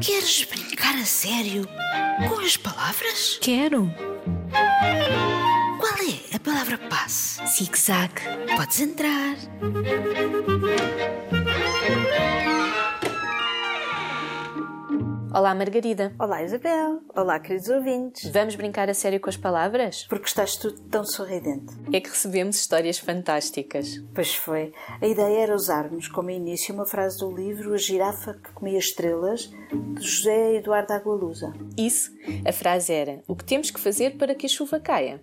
Queres brincar a sério? Com as palavras? Quero. Qual é a palavra passe? Zig-zag. Podes entrar. Olá, Margarida. Olá, Isabel. Olá, queridos ouvintes. Vamos brincar a sério com as palavras? Porque estás tu tão sorridente. É que recebemos histórias fantásticas. Pois foi. A ideia era usarmos como início uma frase do livro A Girafa que Comia Estrelas, de José Eduardo Agualusa. Isso, a frase era: O que temos que fazer para que a chuva caia?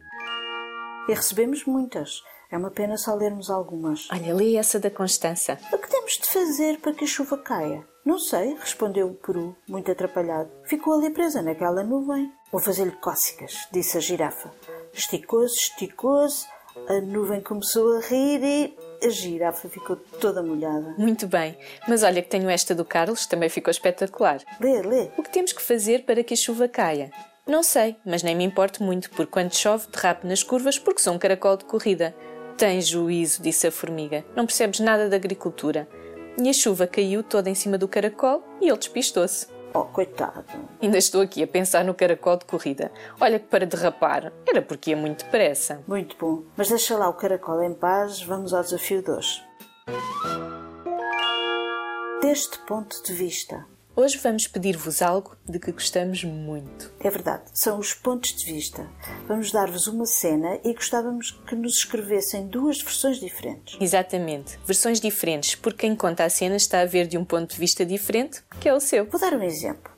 E recebemos muitas. É uma pena só lermos algumas. Olha, lê essa da Constança. O que temos de fazer para que a chuva caia? Não sei, respondeu o peru, muito atrapalhado. Ficou ali presa naquela nuvem. Vou fazer-lhe cócegas, disse a girafa. Esticou-se, esticou-se, a nuvem começou a rir e a girafa ficou toda molhada. Muito bem. Mas olha que tenho esta do Carlos, também ficou espetacular. Lê, lê. O que temos que fazer para que a chuva caia? Não sei, mas nem me importo muito, porque quando chove derrapo nas curvas porque sou um caracol de corrida. Tens juízo, disse a formiga. Não percebes nada de agricultura. E a chuva caiu toda em cima do caracol e ele despistou-se. Oh, coitado. Ainda estou aqui a pensar no caracol de corrida. Olha que para derrapar era porque ia muito depressa. Muito bom. Mas deixa lá o caracol em paz, vamos ao desafio de hoje. Deste ponto de vista, Hoje vamos pedir-vos algo de que gostamos muito. É verdade, são os pontos de vista. Vamos dar-vos uma cena e gostávamos que nos escrevessem duas versões diferentes. Exatamente, versões diferentes, porque quem conta a cena está a ver de um ponto de vista diferente, que é o seu. Vou dar um exemplo.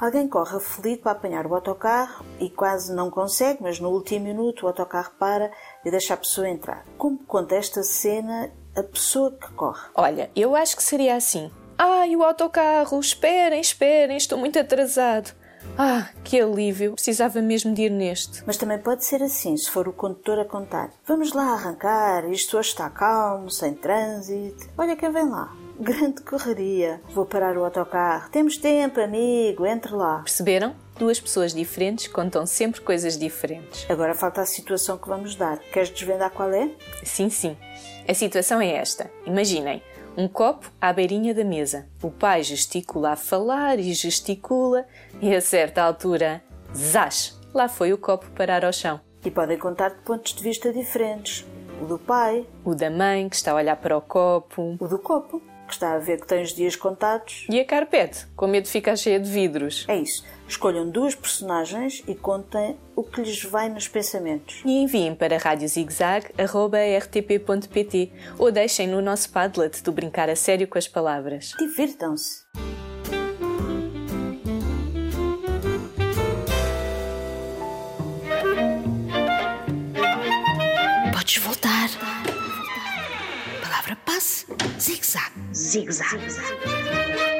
Alguém corre aflito para apanhar o autocarro e quase não consegue, mas no último minuto o autocarro para e deixa a pessoa entrar. Como conta esta cena a pessoa que corre? Olha, eu acho que seria assim. Ai, o autocarro, esperem, esperem, estou muito atrasado. Ah, que alívio, precisava mesmo de ir neste. Mas também pode ser assim, se for o condutor a contar. Vamos lá arrancar, isto hoje está calmo, sem trânsito. Olha quem vem lá. Grande correria. Vou parar o autocarro. Temos tempo, amigo, entre lá. Perceberam? Duas pessoas diferentes contam sempre coisas diferentes. Agora falta a situação que vamos dar. Queres desvendar qual é? Sim, sim. A situação é esta. Imaginem, um copo à beirinha da mesa. O pai gesticula a falar e gesticula, e a certa altura, zás! Lá foi o copo parar ao chão. E podem contar de pontos de vista diferentes. O do pai, O da mãe, que está a olhar para o copo, o do copo, que está a ver que tem os dias contados. e a carpete, com medo de ficar cheia de vidros. É isso. Escolham duas personagens e contem o que lhes vai nos pensamentos. E enviem para radiozigzag.rtp.pt ou deixem no nosso Padlet do Brincar a Sério com as Palavras. Divirtam-se. Podes voltar. Palavra passe. Zig-zag. zigzag.